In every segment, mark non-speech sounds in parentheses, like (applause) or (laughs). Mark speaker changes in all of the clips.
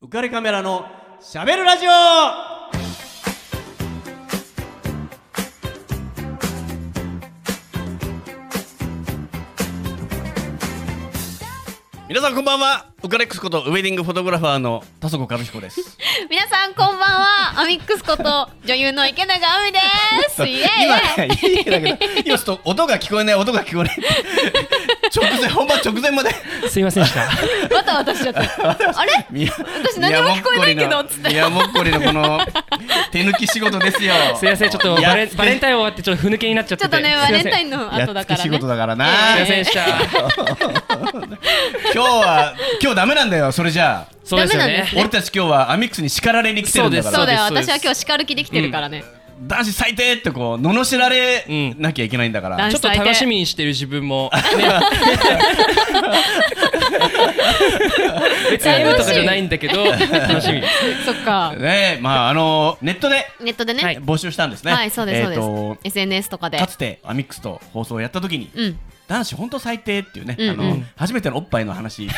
Speaker 1: 浮かれカメラのしゃべるラジオ
Speaker 2: 皆さんこんばんはウカレックスことウェディングフォトグラファーの田底上彦です
Speaker 3: (laughs) 皆さんこんばんはアミックスこと女優の池永亜美ですイエ
Speaker 2: (laughs) 今
Speaker 3: ーイ
Speaker 2: ねいいだけど今ちょっと音が聞こえない音が聞こえない直前本番直前まです
Speaker 4: いませんで
Speaker 2: (laughs)
Speaker 4: した。
Speaker 3: わたわたしちゃったあれ私
Speaker 2: 私
Speaker 3: 何も聞こえないけどっつって
Speaker 2: いやもっこりのこの手抜き仕事ですよ
Speaker 4: すいません、ちょっとバ
Speaker 2: や
Speaker 4: レ
Speaker 2: っつ
Speaker 4: ン
Speaker 2: け
Speaker 4: バレンタイン終わってちょっとふぬけになっちゃっ
Speaker 3: ちょ
Speaker 4: て。
Speaker 3: ってとねバレンタイン
Speaker 4: ン。
Speaker 3: の
Speaker 2: や
Speaker 3: 後
Speaker 2: っ
Speaker 3: だ
Speaker 2: つけ
Speaker 3: から
Speaker 2: 仕
Speaker 3: ね
Speaker 2: 事だからな、
Speaker 4: すい
Speaker 3: え
Speaker 4: ませんでした。
Speaker 2: 今日は今日ダメなんだよそれじゃあ
Speaker 4: そうですよ
Speaker 3: ダメなん
Speaker 4: ね
Speaker 3: です。
Speaker 2: 俺たち今日はアミックスに叱られに来てるんだか
Speaker 4: そ
Speaker 3: そう
Speaker 4: う
Speaker 2: ら
Speaker 4: で
Speaker 3: だ
Speaker 4: す
Speaker 3: よ
Speaker 4: そうです
Speaker 3: 私は今日叱る気できてるからね、
Speaker 2: 男子最低ってこう罵られなきゃいけないんだから、
Speaker 3: 男
Speaker 4: ち
Speaker 3: 子
Speaker 4: ょっと
Speaker 3: 最低
Speaker 4: 楽しみにしてる自
Speaker 3: (laughs)
Speaker 4: 分も、ね、別にやるとかじゃないんだけど楽しみ
Speaker 3: そっか
Speaker 2: (laughs) ねえまああのネットで
Speaker 3: ネットでねは、
Speaker 4: はいい
Speaker 2: 募集したんですね。
Speaker 3: そうですそうです、
Speaker 2: えーと
Speaker 3: SNS とかで
Speaker 2: かつてアミックスと放送をやった時に、
Speaker 3: うん
Speaker 2: 男子本当最低っていうね、
Speaker 3: うん
Speaker 2: あ
Speaker 3: う
Speaker 2: の
Speaker 3: ん
Speaker 2: 初めてのおっぱいの
Speaker 3: (laughs)
Speaker 2: 話、ね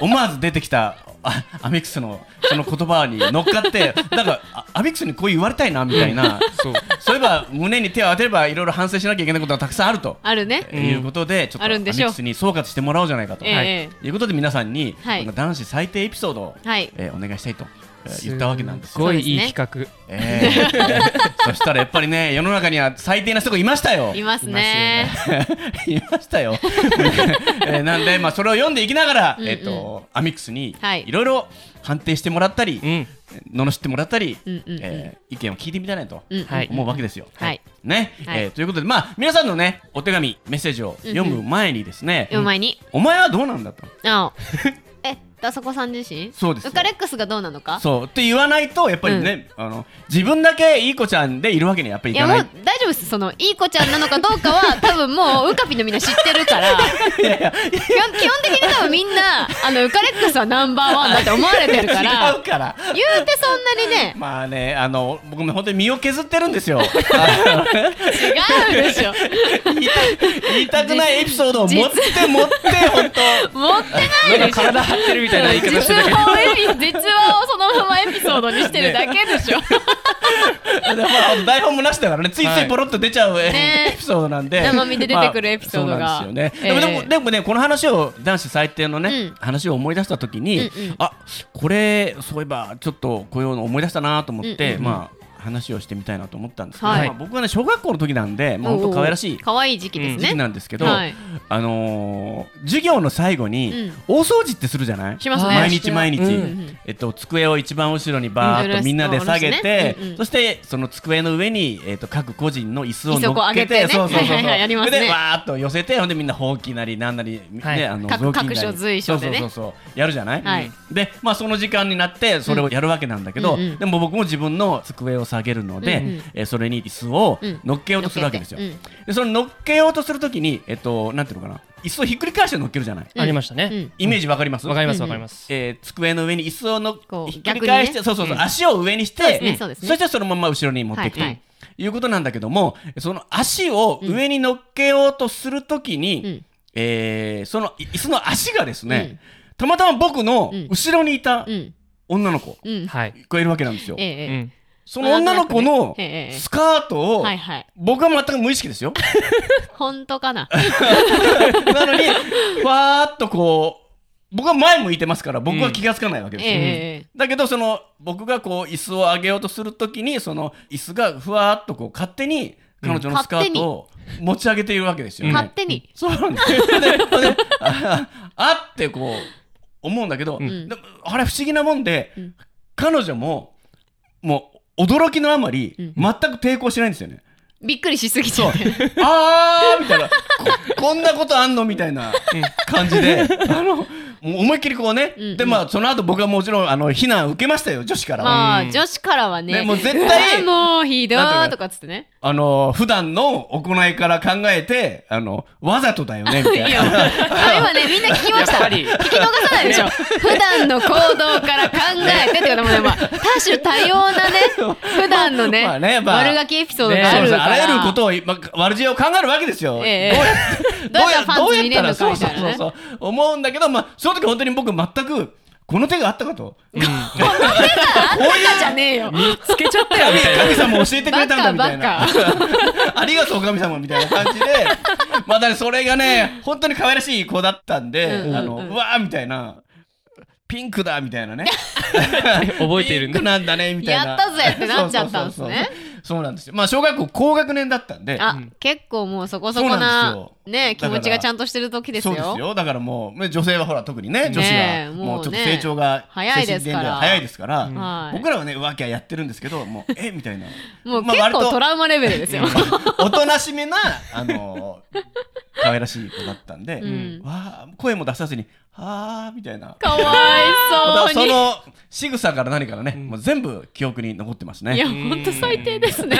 Speaker 2: 思わず出てきたあアミックスのその言葉に乗っかって、なんかあアミックスにこう言われたいなみたいな。
Speaker 4: そう
Speaker 2: そういえば胸に手を当てればいろいろ反省しなきゃいけないことがたくさんあると。
Speaker 3: あるね
Speaker 2: いうことで、ちょっと
Speaker 3: あ
Speaker 2: ア
Speaker 3: る
Speaker 2: ミ
Speaker 3: んでし
Speaker 2: ッ
Speaker 3: ょう
Speaker 2: クスに総括してもらおうじゃないかと、
Speaker 3: ええ
Speaker 2: い、うことで皆さんに、
Speaker 3: はい
Speaker 2: この男子最低エピソードを、
Speaker 3: はい
Speaker 2: えーお願いしたいと、えー言ったわけなんです
Speaker 4: す
Speaker 2: よ。
Speaker 4: ごいいい企
Speaker 2: え (laughs) ーそしたらやっぱりね世の中には最低な人がいましたよ
Speaker 3: いますね
Speaker 2: (laughs) いましたよ、えーなんで、まあ、それを読んでいきながら、
Speaker 3: うんうん
Speaker 2: えっとアミックスに
Speaker 3: はい
Speaker 2: いろいろ判定してもらったり、
Speaker 4: 画うん
Speaker 2: 罵ってもらったり、
Speaker 3: うんうんうん
Speaker 2: えー意見を聞いてみたいなと
Speaker 3: うんうん
Speaker 4: はい
Speaker 2: 思うわけですよ。
Speaker 3: はい
Speaker 2: ね
Speaker 3: はい
Speaker 2: えーということで、まあ、皆さんのねお手紙メッセージを読む前にですね、
Speaker 3: 読む前に
Speaker 2: お前はどうなんだと。
Speaker 3: あえダサコさん自身
Speaker 2: そうですよ
Speaker 3: ウカレックスがどうなのか
Speaker 2: そうって言わないとやっぱりね、あの自分だけいい子ちゃんでいるわけにはやっぱりい
Speaker 3: いや
Speaker 2: か
Speaker 3: も
Speaker 2: な
Speaker 3: う
Speaker 2: い
Speaker 3: 大丈夫ですそのいい子ちゃんなのかどうか
Speaker 2: (laughs)
Speaker 3: は多分もうウカピのみんな知ってるか
Speaker 2: い
Speaker 3: ら
Speaker 2: やいや
Speaker 3: 基本基本的に多分みんなあのウカレックスはナンバーワンだって思われてるか
Speaker 2: (laughs) 違
Speaker 3: ら
Speaker 2: うから
Speaker 3: 言うてそんなにね
Speaker 2: まあねあの僕も本当に身を削ってるんです
Speaker 3: (laughs)
Speaker 2: よあの
Speaker 3: 違うでしょ
Speaker 2: 言いた言いたくないエピソードを持って持って本当
Speaker 3: 持ってない
Speaker 4: なんか体張ってるみたいな言い方して
Speaker 3: 実
Speaker 4: たけど
Speaker 3: 話をエピ実話をそのままエピソードにしてるだけで
Speaker 2: (laughs)
Speaker 3: しょ、
Speaker 2: で、まあ、台本もなしだからねついつ
Speaker 4: はい
Speaker 2: いポロッと出ちゃう、
Speaker 3: ね
Speaker 2: エピソードなんで
Speaker 3: 生身で出てくるエピソードが
Speaker 2: まあそうなんですよね、でも
Speaker 3: え
Speaker 2: で
Speaker 3: え
Speaker 2: もでもねこの話を男子最低のね、
Speaker 3: うん
Speaker 2: 話を思い出した時に、
Speaker 3: うんうん
Speaker 2: あこれそういえばちょっとこういうの思い出したなと思って、
Speaker 3: うんうん
Speaker 2: まあ話をしてみたいなと思ったんですけど、
Speaker 3: はい
Speaker 2: まあ、僕はね小学校の時なんで、まあ、本当可愛らしい
Speaker 3: 可愛い時期です
Speaker 2: 時
Speaker 3: ね、
Speaker 2: 期なんですけど、
Speaker 3: はい
Speaker 2: あのー授業の最後に大掃除ってするじゃない、
Speaker 3: しますね
Speaker 2: 毎日毎日、
Speaker 4: うん
Speaker 2: えっと、机を一番後ろにバーっとみんなで下げて、
Speaker 3: うんうん
Speaker 2: そしてその机の上に、えっと、各個人の椅子を
Speaker 3: 椅子をこう
Speaker 2: 乗っけて
Speaker 3: 上げてね
Speaker 2: そうそうそうそう、
Speaker 3: はいはいはいやりますね
Speaker 2: でわーっと寄せてほんでみんなほうきなりなんなり、
Speaker 4: はい
Speaker 2: ね、あの
Speaker 3: 各
Speaker 2: 雑巾なり
Speaker 3: 各所随所でね
Speaker 2: そうそうそうそうやるじゃない、
Speaker 3: はい
Speaker 2: で、まあ、その時間になってそれをやるわけなんだけど、
Speaker 3: うんうん
Speaker 2: でも僕も自分の机を下げるので、
Speaker 3: うんうん
Speaker 2: えーそれに椅子を
Speaker 3: うん
Speaker 2: 乗っけようとするわけですよ。
Speaker 3: うん
Speaker 2: でその乗っけようとするときに、えっと、なんていうのかな、椅子をひっくり返して乗っけるじゃない。
Speaker 4: ありました
Speaker 3: う
Speaker 4: ね
Speaker 3: ん
Speaker 2: イメージわかります
Speaker 4: わかります
Speaker 3: うん
Speaker 4: わかります
Speaker 2: えー机の上に椅子をの
Speaker 3: こう
Speaker 2: ひっくり返して、
Speaker 3: 逆にね
Speaker 2: そうそうそう、
Speaker 4: うん
Speaker 2: 足を上にして、
Speaker 3: そうですねそうですね
Speaker 2: してそのまま後ろに持っていくと、
Speaker 3: はい
Speaker 2: い
Speaker 3: はいう
Speaker 2: ことなんだけども、その足を上に乗っけようとするときに、
Speaker 3: うん
Speaker 2: えーそのい椅子の足がですね、たまたま僕の後ろにいた
Speaker 3: うん
Speaker 2: 女の子
Speaker 3: うん
Speaker 4: はい
Speaker 2: がいるわけなんですよ。
Speaker 3: ええ
Speaker 4: う
Speaker 3: ええ
Speaker 4: ん
Speaker 2: その女の子の
Speaker 3: ええええ
Speaker 2: スカートを
Speaker 3: はいはい
Speaker 2: 僕は全く無意識ですよ。
Speaker 3: 本当かな
Speaker 2: (laughs) なのに、わーっとこう、僕は前向いてますから、僕は気がつかないわけ
Speaker 3: え
Speaker 2: で
Speaker 3: え
Speaker 2: すよ。
Speaker 3: ええ
Speaker 2: だけど、その、僕がこう、椅子を上げようとするときに、その、椅子がふわーっとこう、勝手に、彼女のスカートを持ち上げているわけですよね。
Speaker 3: 勝手に、
Speaker 2: そうなんですよ。で、でああってこう、思うんだけど、
Speaker 3: ん
Speaker 2: でもあれ不思議なもんで、
Speaker 3: うん
Speaker 2: 彼女も、もう、驚きのあまり、
Speaker 3: うん
Speaker 2: 全く抵抗しないんですよね。
Speaker 3: びっくりしすぎちゃって
Speaker 2: あーみたいなこ (laughs) こんなことあんのみたいな感じ
Speaker 3: (laughs)
Speaker 2: で、あのもう思いっきりこうね、
Speaker 3: うんうん
Speaker 2: でまあその後僕はもちろんあの非難受けましたよ女子からは、
Speaker 3: (laughs) まあ
Speaker 4: うん
Speaker 3: 女子からはね
Speaker 2: ねもう絶対
Speaker 3: あーもうひどーとかっつってね
Speaker 2: あの普段の行いから考えてあのわざとだよねみ
Speaker 3: い
Speaker 2: たい
Speaker 3: や
Speaker 2: な。
Speaker 3: 今ねみんな聞きました
Speaker 4: やっぱり
Speaker 3: 聞き逃さないでし
Speaker 2: (laughs)
Speaker 3: ょ普段の行動から考えてっていうのも
Speaker 2: (laughs)
Speaker 3: ね、まあ、多種多様なね普段のね,、
Speaker 2: まあねまあ
Speaker 3: 悪ガキエピソードがあ
Speaker 2: そう
Speaker 3: る
Speaker 2: そう
Speaker 3: から、
Speaker 2: あらゆることを、まあ、悪知恵を考えるわけですよ。
Speaker 3: ええ
Speaker 2: どうや
Speaker 3: (laughs) どうやったらパンツ
Speaker 2: どう
Speaker 3: 入れん
Speaker 2: や
Speaker 3: の
Speaker 2: った
Speaker 3: からみたいなね
Speaker 2: そうそうそうそう思うんだけど、まあ、その時本当に僕全くこの手があったかと
Speaker 3: あんたじゃねえよ
Speaker 4: 見つけちゃった
Speaker 3: (laughs)
Speaker 4: よみたいな
Speaker 2: 神様教えてくれたんだみたい
Speaker 3: バ
Speaker 2: な (laughs) ありがとう神様みたいな感じでまあだからそれがね本当に可愛らしい子だったんで、
Speaker 3: うんうんうん
Speaker 2: あのうわーみたいなピンクだみたい
Speaker 3: (laughs)
Speaker 2: なね
Speaker 4: 覚えているん
Speaker 2: ピンクな
Speaker 4: だ
Speaker 2: んだねみたいな
Speaker 3: やったぜってなっちゃったんです
Speaker 2: そ
Speaker 3: ね
Speaker 2: うそうそうそうそうなんですよまあ小学校高学年だったんで
Speaker 3: あ、結構もうそこそこ
Speaker 2: そうなん
Speaker 3: な
Speaker 2: ですよ
Speaker 3: ね気持
Speaker 2: だ
Speaker 3: ち
Speaker 2: から
Speaker 3: がちゃんとしてる時で
Speaker 2: そ
Speaker 3: すよ
Speaker 2: うですよだからもう女性はほら特にね女子
Speaker 3: ねえ
Speaker 2: は
Speaker 3: もうね
Speaker 2: もうちょっと成長が
Speaker 3: 早いですか
Speaker 2: 精神年
Speaker 3: ら
Speaker 2: 齢が早いですから、
Speaker 3: はい
Speaker 2: 僕らはね浮気はやってるんですけどもうえみたいな
Speaker 3: もう
Speaker 2: まあ
Speaker 3: 結
Speaker 2: 割
Speaker 3: 構
Speaker 2: と
Speaker 3: トラウマレベルですよ、
Speaker 2: (laughs) おとなしめな、あのー、可愛らしい子だったんで、
Speaker 3: ん
Speaker 2: わあ声も出さずに、あーみたいな。
Speaker 3: (laughs) かわい
Speaker 2: そ
Speaker 3: そうに
Speaker 2: の仕草から何からね、もう全部記憶に残ってます
Speaker 3: いや
Speaker 2: ね。
Speaker 3: ほんと最低ですね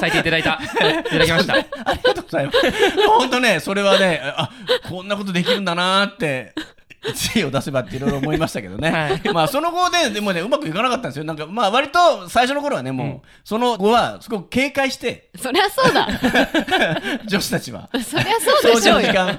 Speaker 4: 咲いていただいたいただきま
Speaker 2: (laughs)
Speaker 4: した
Speaker 2: ありがとうございます。本当ね、それはね、あこんなことできるんだなーって。知恵を出せばっていろいろ思いましたけどね、
Speaker 4: は
Speaker 2: まあその後ででもねうまくいかなかったんですよなんかまあ割と最初の頃はねもう、その後はすごく警戒 (laughs) して
Speaker 3: そりゃそうだ
Speaker 2: 女子たちは
Speaker 3: そりゃそう
Speaker 2: 掃
Speaker 3: でし
Speaker 2: 除
Speaker 3: ょ
Speaker 2: の
Speaker 3: う
Speaker 2: 時
Speaker 3: よ
Speaker 2: 間ずっ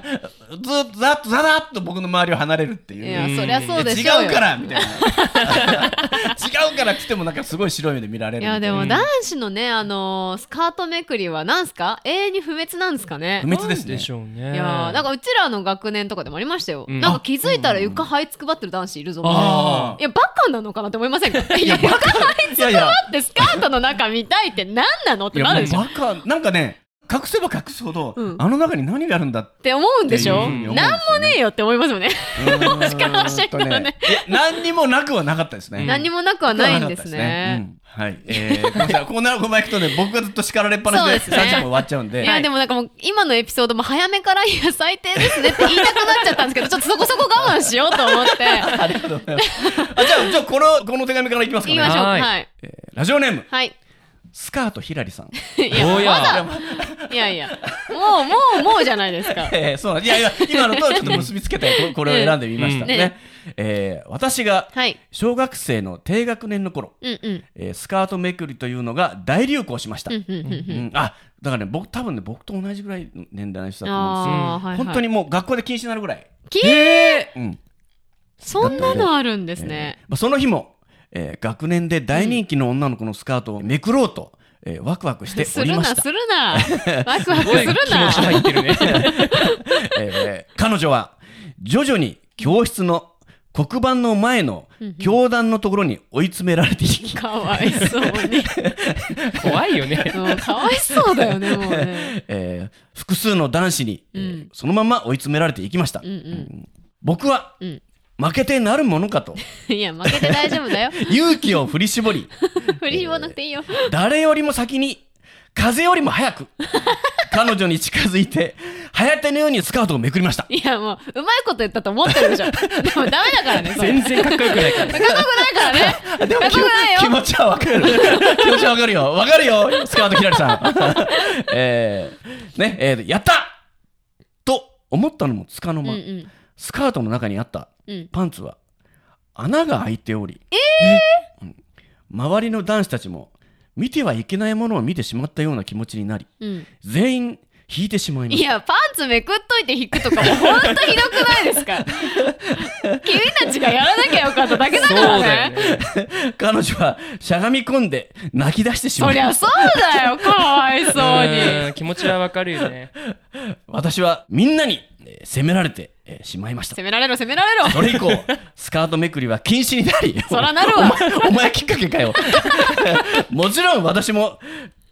Speaker 2: とざっとざだっと僕の周りを離れるっていう
Speaker 3: い
Speaker 2: い
Speaker 3: や
Speaker 2: や
Speaker 3: そりゃそうでしょう
Speaker 2: 違
Speaker 3: よ
Speaker 2: うからみたいな違うからっつってもなんかすごい白い目で見られる
Speaker 3: いやで
Speaker 2: み
Speaker 3: も
Speaker 2: た
Speaker 3: 男子のねあのースカートめくりはなんすか永遠に不滅なんですかね
Speaker 2: いな不滅ですね
Speaker 4: でしょうね
Speaker 3: いやーなんかうちらの学年とかでもありましたよ、
Speaker 4: うん
Speaker 3: なんか気づいたら床這いつくばってる男子いるぞみたいな
Speaker 2: あ
Speaker 3: いやバカなのかなって思
Speaker 2: (laughs)
Speaker 3: いませんかいや床這いつ
Speaker 2: いやい
Speaker 3: く
Speaker 2: や
Speaker 3: ばってスカートの中見たいって何なのっ
Speaker 2: い
Speaker 3: て
Speaker 2: や
Speaker 3: な
Speaker 2: も
Speaker 3: る
Speaker 2: う
Speaker 3: でしょっ
Speaker 2: バカなんかね隠せば隠すほど、
Speaker 3: うん
Speaker 2: あの中に何があるんだって
Speaker 3: て思うんでしょ
Speaker 2: っていうふうに思うんですよね
Speaker 3: なんもねえよって思いますよねもしからしたらね
Speaker 2: うーんといや何にもなくはなかったですね、
Speaker 4: うん
Speaker 3: 何にもなくはないんです
Speaker 2: う
Speaker 3: ね
Speaker 2: んはい、えー、ごめんなさいこうなるこまいくとね僕がずっと叱られっぱなし
Speaker 3: そう
Speaker 2: で
Speaker 3: ですね
Speaker 2: 30分終わっちゃうんで
Speaker 3: いやでもなんかもう今のエピソードも早めから「いや最低ですね」って言いたくなっちゃったんですけどちょっとそこそこ我慢しようと思って
Speaker 2: (laughs) ありがとうございますあじゃあじゃあこのこの手紙からいきますか
Speaker 3: (laughs) 言い
Speaker 2: ね
Speaker 3: ましょうは
Speaker 4: はいい
Speaker 3: はい、
Speaker 2: えーラジオネーム
Speaker 4: (laughs)
Speaker 3: はい、
Speaker 2: スカートひらりさん
Speaker 3: いや
Speaker 4: おや
Speaker 3: まだいやいやもうもうもうじゃないですか
Speaker 2: (laughs)
Speaker 3: (laughs)
Speaker 2: えー、そうなんいやいや今のとちょっと結びつけて (laughs) ここれを選んでみましたね,、
Speaker 3: うんね
Speaker 2: えー私が
Speaker 3: はい
Speaker 2: 小学生の低学年の頃、
Speaker 3: うんうん
Speaker 2: えースカートめくりというのが大流行しました、
Speaker 3: うんうんうんうん
Speaker 2: うんあだからね僕多分ね僕と同じぐらいの年代の人だと思うんですよ
Speaker 3: あーはいはい
Speaker 2: 本当にもう学校で禁止になるぐらい、
Speaker 3: き
Speaker 2: うん
Speaker 3: そんなのあるんです
Speaker 2: え
Speaker 3: ね
Speaker 2: ーまあ、その日も、えー学年で大人気の女の子のスカートをめくろうと、えーワクワクして
Speaker 3: す
Speaker 2: おり
Speaker 3: る
Speaker 2: ま
Speaker 3: な
Speaker 2: した
Speaker 3: する
Speaker 4: (laughs)
Speaker 3: なワ
Speaker 2: (laughs)
Speaker 3: クワク
Speaker 4: す
Speaker 3: す
Speaker 4: ごい
Speaker 3: る
Speaker 4: 気持ち
Speaker 3: な
Speaker 4: 入ってるね
Speaker 2: えー彼女は徐々に教室の黒板の前の教団のところに追い詰められていき、
Speaker 3: かわいそうに
Speaker 4: 怖いよね
Speaker 3: (laughs) もうかわいそうだよねもうね
Speaker 2: えー複数の男子に、えー
Speaker 3: うん
Speaker 2: そのまま追い詰められていきました、
Speaker 3: うんう
Speaker 2: 僕は、
Speaker 3: うん
Speaker 2: 負けてなるもの
Speaker 3: (laughs)
Speaker 2: かと
Speaker 3: んいや負けて大丈夫
Speaker 4: (laughs)
Speaker 3: だよ
Speaker 2: 勇気を振り絞り
Speaker 3: 振り絞んなくていいよ
Speaker 2: 誰よりも先に風よりも早く彼女に近づい
Speaker 3: (laughs)
Speaker 2: て早手のようにスカートをめくりました
Speaker 3: いやもううまいこと言ったと思ってるでしょでもダメだからねそれ
Speaker 4: 全然かっこよくないか
Speaker 3: 高くないからね
Speaker 4: (laughs)
Speaker 2: (laughs)
Speaker 3: 高くない
Speaker 2: 気気
Speaker 3: よ
Speaker 2: 持ちはわか
Speaker 3: (laughs)
Speaker 2: る気持ちはわかるよわかるよスカートひらりさんえー、ねえーやったと思ったのもつかの
Speaker 3: うん
Speaker 2: 間、
Speaker 3: うん
Speaker 2: スカートの中にあった
Speaker 3: うん
Speaker 2: パンツは穴が開いており、うん周りの男子たちも見てはいけないものを見てしまったような気持ちになり
Speaker 3: うん
Speaker 2: 全員引いてしまいま
Speaker 3: い
Speaker 2: した
Speaker 3: やパンツめくっといて引くとかもほんとひどくないです (laughs) か君たちがやらなきゃよかっただけだ
Speaker 4: そ
Speaker 3: から
Speaker 4: うだよ
Speaker 3: ね
Speaker 4: ね
Speaker 2: 彼女はしゃがみ込んで泣き出してしま
Speaker 3: そ
Speaker 2: い
Speaker 3: りゃそうだ (laughs) よかわいそうに
Speaker 4: うん気持ちはわかるよ (laughs) ね
Speaker 2: 私はみんなにえー責められてえーしまいました
Speaker 3: 責められろ責められろ
Speaker 2: それ以降、スカートめくりは禁止になり、
Speaker 3: そらなるわ
Speaker 2: お前お前きっかけかよ。 (laughs) もちろん私も、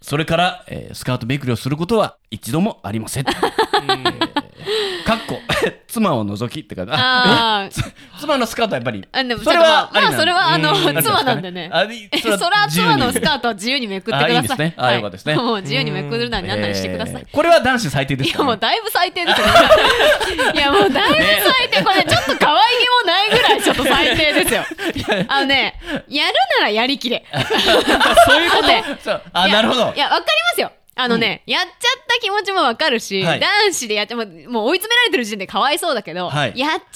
Speaker 2: それから、えースカートめくりをすることは一度もありま
Speaker 3: (laughs)
Speaker 2: せん。えーかっこ、妻を除きってか、あ
Speaker 3: あー
Speaker 2: 妻のスカートはやっぱり、
Speaker 3: あでも
Speaker 2: それは
Speaker 3: ちょっとまあまあ
Speaker 2: りなんだ
Speaker 3: それはあの
Speaker 2: う
Speaker 3: 妻なんでね
Speaker 2: あり
Speaker 3: えそれは妻のスカートは自由にめくってください。
Speaker 2: あいいですねあ
Speaker 3: はい
Speaker 2: よかったですね
Speaker 3: もう自由にめくるなりなんなりしてください。
Speaker 2: えーこれは男子最低で
Speaker 3: い
Speaker 2: す
Speaker 3: や
Speaker 2: か
Speaker 3: もう
Speaker 2: らね。
Speaker 3: だいぶ最低ですよね。 (laughs) いやもうだいぶ最低。これちょっと可愛げもないぐ
Speaker 2: (laughs)
Speaker 3: らいちょっと最低ですよ。あのね、やるならやりきれ。そういうことね。
Speaker 2: そうあ、なるほど
Speaker 3: い。や、わかりますよ。あのね、やっちゃった気持ちもわかるし、
Speaker 2: はい
Speaker 3: 男子でやっちゃ、もうもう追い詰められてる時点でかわいそうだけど、
Speaker 2: はい
Speaker 3: やっちゃって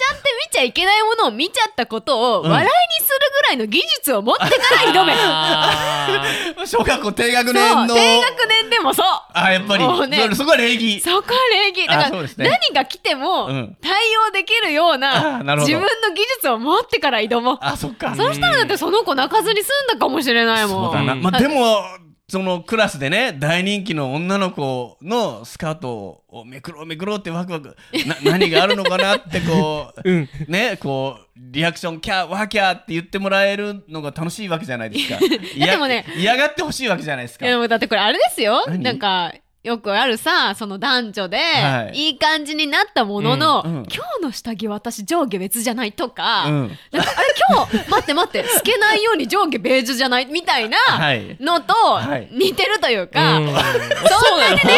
Speaker 3: 見ちゃいけないものを見ちゃったことを笑いにするぐらいの技術を持ってから挑め。
Speaker 4: あ
Speaker 2: 小学校低学
Speaker 3: そ
Speaker 2: 年
Speaker 3: う
Speaker 2: の。
Speaker 3: 低学年でもそう
Speaker 2: あやっぱり
Speaker 3: もうね
Speaker 2: そそこは礼儀
Speaker 3: そこは礼儀だ
Speaker 2: あ
Speaker 3: か
Speaker 2: そう
Speaker 3: ら、
Speaker 2: ですね
Speaker 3: 何が来ても
Speaker 2: うん
Speaker 3: 対応できるような,、
Speaker 2: あなるほ
Speaker 3: 自
Speaker 2: ど
Speaker 3: 分の技術を持ってから挑もう
Speaker 2: あそっか
Speaker 3: そうしたらだってその子泣かずに済んだかもしれないも
Speaker 2: そ
Speaker 3: ん
Speaker 2: うだな、
Speaker 4: うん
Speaker 2: まあ、でもそのクラスでね大人気の女の子のスカートをめくろうめくろうってワクワク
Speaker 3: (laughs)
Speaker 2: な何があるのかなってこう、
Speaker 4: (laughs) うん
Speaker 2: ねこうリアクションキャーワーキャーって言ってもらえるのが楽しいわけじゃないです
Speaker 3: (laughs)
Speaker 2: かいや
Speaker 3: でもね
Speaker 2: 嫌がってほしいわけじゃないですか
Speaker 3: いやでもだってこれあれですよ
Speaker 2: 何
Speaker 3: なんかよくあるさその男女で、
Speaker 2: はい
Speaker 3: い、い感じになったものの、
Speaker 2: うんうん
Speaker 3: 今日の下着私上下別じゃないとか、
Speaker 2: うん
Speaker 3: なんかあれ今日待って
Speaker 2: (laughs)
Speaker 3: 待って透けないように上下ベージュじゃないみたいな
Speaker 2: はい
Speaker 3: のと
Speaker 2: はい
Speaker 3: 似てるというか、
Speaker 4: うん
Speaker 3: そんなにね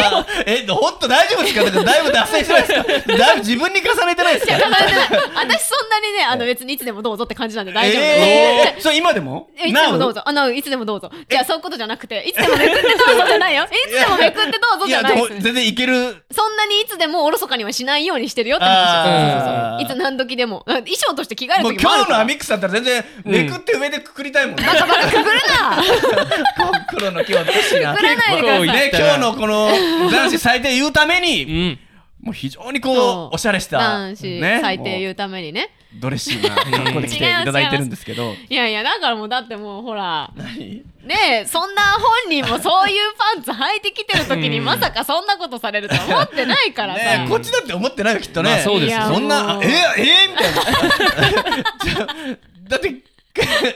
Speaker 2: あ (laughs) えほんと大丈夫ですかだからだいぶ脱線してないですかだいぶ自分に重ねてないです (laughs)
Speaker 3: いや
Speaker 2: か
Speaker 3: 重ねてない私そんなにねあの別にいつでもどうぞって感じなんで大丈夫、
Speaker 2: えー、それ今でも
Speaker 3: いつでもどう
Speaker 2: Now？
Speaker 3: ぞ。あの、いつでもどうぞ。じゃあ、そういうことじゃなくて、いつでもめくってどうぞじゃないよ。いつでもめくってどうぞ
Speaker 2: い
Speaker 3: じゃ
Speaker 2: や
Speaker 3: な
Speaker 2: で
Speaker 3: い
Speaker 2: も
Speaker 3: です。
Speaker 2: 全然いける
Speaker 3: そんなにいつでもおろそかにはしないようにしてるよって話
Speaker 2: あー
Speaker 3: そうそうそういつ何時でも。うん衣装として着替える
Speaker 2: もう
Speaker 3: 時もあ
Speaker 2: 今
Speaker 3: る
Speaker 2: 日の
Speaker 3: から。
Speaker 2: アミックスだったら全然めくって上でくくりたいもんね、
Speaker 3: バカバカくぐるな
Speaker 2: 黒の今日だしな
Speaker 3: くぐらないでください。
Speaker 4: 結構い
Speaker 2: ね
Speaker 4: い
Speaker 2: 今日のこの男子最低言うため
Speaker 4: う
Speaker 2: に
Speaker 4: ん
Speaker 2: もう非常にこ
Speaker 3: そう
Speaker 2: うおしゃれした
Speaker 3: 男子最低言
Speaker 2: う
Speaker 3: うためにね。
Speaker 2: ドレッシーな格好で来ていただいてるんですけど
Speaker 3: いやいや、だからもうだってもうほら、
Speaker 2: 何
Speaker 3: ねえ、そんな本人もそういうパンツ履いてきてる時に
Speaker 4: うん
Speaker 3: まさかそんなことされるとは思ってないからさ。
Speaker 2: ねこっちだって思ってないよきっとね、
Speaker 4: まあそうですよ
Speaker 3: いや
Speaker 2: そんな
Speaker 3: も
Speaker 2: あ
Speaker 3: う
Speaker 2: えええみたいな (laughs) ちょだって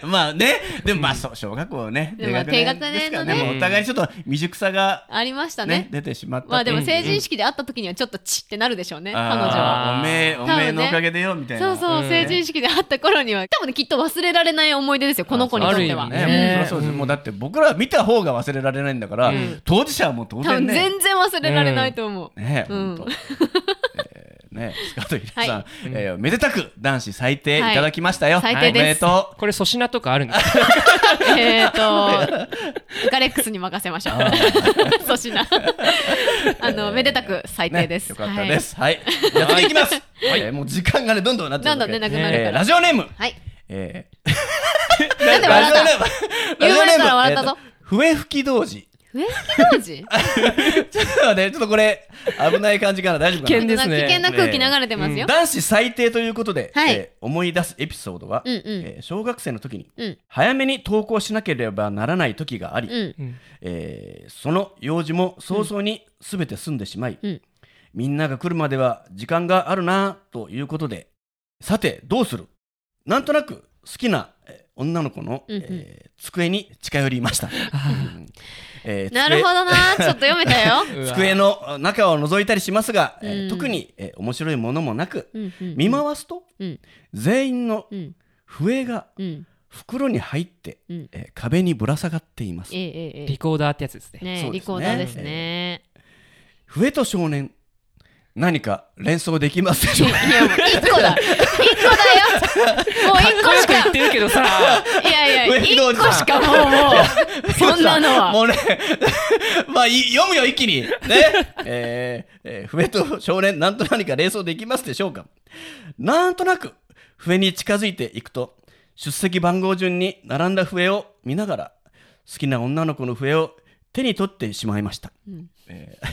Speaker 2: まあねでもまあそう小学校ね
Speaker 3: でも
Speaker 2: 低
Speaker 3: 低学年のね
Speaker 2: ですからもうお互いにちょっと未熟さが
Speaker 3: ありました
Speaker 2: ね
Speaker 3: ね。
Speaker 2: 出てしまった
Speaker 3: まあでも
Speaker 2: うん
Speaker 3: 成人式で会った時にはちょっとチってなるでしょうね、彼女
Speaker 2: あ
Speaker 3: は。
Speaker 2: ーおめえお
Speaker 3: 分ね
Speaker 2: めえのおかげでよみたいな
Speaker 3: そうそう、
Speaker 4: うん
Speaker 3: 成人式で会った頃には多分ねきっと忘れられない思い出ですよこの子にとっては、
Speaker 4: ある意
Speaker 2: ね
Speaker 4: 味
Speaker 2: ね
Speaker 4: ね
Speaker 2: もうそりゃそうですよもうだって僕らは見た方が忘れられないんだから、
Speaker 4: ん
Speaker 2: 当事者はもう当
Speaker 3: 多
Speaker 2: 然
Speaker 3: 分
Speaker 2: ね
Speaker 3: 全然忘れられないと思う、
Speaker 2: ねえ、
Speaker 3: う
Speaker 2: ほん
Speaker 3: ん
Speaker 2: と、えーねえスカートイレさん、
Speaker 3: はい
Speaker 2: えーめでたく男子最低いただきましたよ、
Speaker 3: はい最低で
Speaker 2: お
Speaker 3: す
Speaker 2: めでとう
Speaker 4: これ粗品とかあるんですか
Speaker 3: えっとウカレックスに任せましょう粗品あのめでたく最低です、
Speaker 2: ね、よかったです。はい。やっていきます。はい、もう時間がね、どんどんなってる
Speaker 3: どんどんねなくなるから
Speaker 2: えーラジオネーム。
Speaker 3: はい、はい、
Speaker 2: え
Speaker 3: なん
Speaker 2: ー、
Speaker 3: で笑った
Speaker 2: ム。
Speaker 3: 有名だから笑ったぞ
Speaker 2: えーと。笛吹き童子。
Speaker 3: 笛吹き童子
Speaker 2: (laughs) ちょっとね、ちょっとこれ、危ない感じかな、大丈夫か
Speaker 4: 危険
Speaker 2: な。
Speaker 4: ですね
Speaker 3: 危険な空気流れてますよ、
Speaker 2: 男子最低ということで、
Speaker 3: はい
Speaker 2: えー思い出すエピソードは、
Speaker 3: うんうん
Speaker 2: えー小学生の時に、
Speaker 3: うん
Speaker 2: 早めに登校しなければならない時があり、
Speaker 3: うん
Speaker 2: えーその用事も早々に全て済んでしまい、
Speaker 3: うん
Speaker 2: みんなが来るまでは時間があるなということでさてどうするなんとなく好きなえー女の子の、
Speaker 3: うんうん
Speaker 2: えー机に近寄りました、うんえ
Speaker 3: (laughs)
Speaker 2: ー
Speaker 3: なるほどなちょっと読めたよ、
Speaker 2: 机机の中を覗いたりしますが、えー
Speaker 3: うん
Speaker 2: 特に、えー面白いものもなく、
Speaker 3: うんうん、
Speaker 2: 見回すと、
Speaker 3: うん
Speaker 2: 全員の
Speaker 3: うん
Speaker 2: 笛が
Speaker 3: うん
Speaker 2: 袋に入って、
Speaker 3: うん
Speaker 2: えー壁にぶら下がっています
Speaker 3: えええええ
Speaker 4: リコーダーってやつです
Speaker 3: え
Speaker 4: ね
Speaker 3: ね
Speaker 2: そうですね
Speaker 3: リコーダーですね、
Speaker 2: 笛と少年何か連想できますでしょうか
Speaker 3: いやもう一個だ一個だよもう一個しか
Speaker 4: 言ってるけどさ
Speaker 3: いやいや、
Speaker 2: 上
Speaker 3: 一
Speaker 2: にどうぞ
Speaker 3: 個しかもうもう、 (laughs) そんなのは。
Speaker 2: もうね (laughs) まあい読むよ一気
Speaker 3: (laughs)
Speaker 2: にねえーえー笛と少年なんと何か連想できますでしょうかなんとなく笛に近づいていくと出席番号順に並んだ笛を見ながら好きな女の子の笛を手に取ってしまいました、えー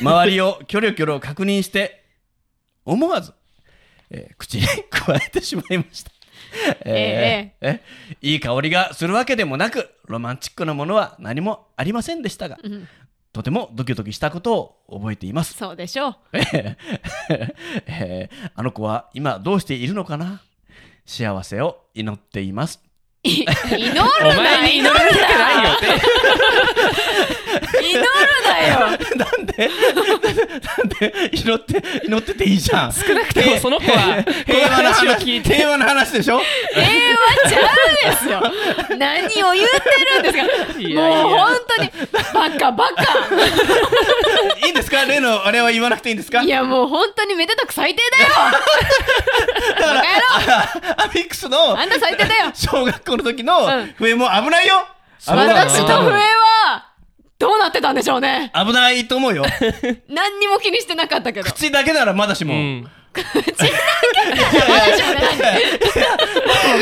Speaker 2: 周りをキョロキョロ確認して思わず、えー口に加えてしまいましたえーえいい香りがするわけでもなくロマンチックなものは何もありませんでしたが、
Speaker 3: うん
Speaker 2: とてもドキドキしたことを覚えています、 (laughs)
Speaker 3: そうでしょう。
Speaker 2: えーえーあの子は今どうしているのかな幸せを祈っています (laughs)
Speaker 3: い祈るな、
Speaker 4: お前
Speaker 3: 祈
Speaker 4: に祈
Speaker 3: るな
Speaker 4: ら、れてないよって
Speaker 3: 祈るなよ。
Speaker 2: なんでなんで祈って祈ってていいじゃん
Speaker 4: 少なくともその子は
Speaker 2: 平和な
Speaker 4: 話を
Speaker 2: 話
Speaker 4: 聞い
Speaker 2: (laughs)
Speaker 4: て
Speaker 2: 平和な話でしょ
Speaker 3: 平和ちゃうですよ。何を言ってるんです
Speaker 4: い
Speaker 3: か。
Speaker 4: やいや
Speaker 3: もう本当に、バカバ
Speaker 2: いいんですか例のあれは言わなくていいんですか
Speaker 3: カ。いや、もう本当にめでたく最低だよ。バカ
Speaker 2: アフィックスの
Speaker 3: 野郎、あんた最低だよ。
Speaker 2: 小学校の時の
Speaker 3: うん
Speaker 2: 笛も危ないよ、危ない
Speaker 3: 私の笛は、どうなってたんでしょうね。
Speaker 2: 危ないと思
Speaker 3: (laughs)
Speaker 2: うよ
Speaker 3: 何にも気にしてなかったけど。
Speaker 2: 口だけならまだしも、
Speaker 4: う
Speaker 2: うん、
Speaker 4: ん
Speaker 3: 私もね
Speaker 2: 分
Speaker 3: (laughs)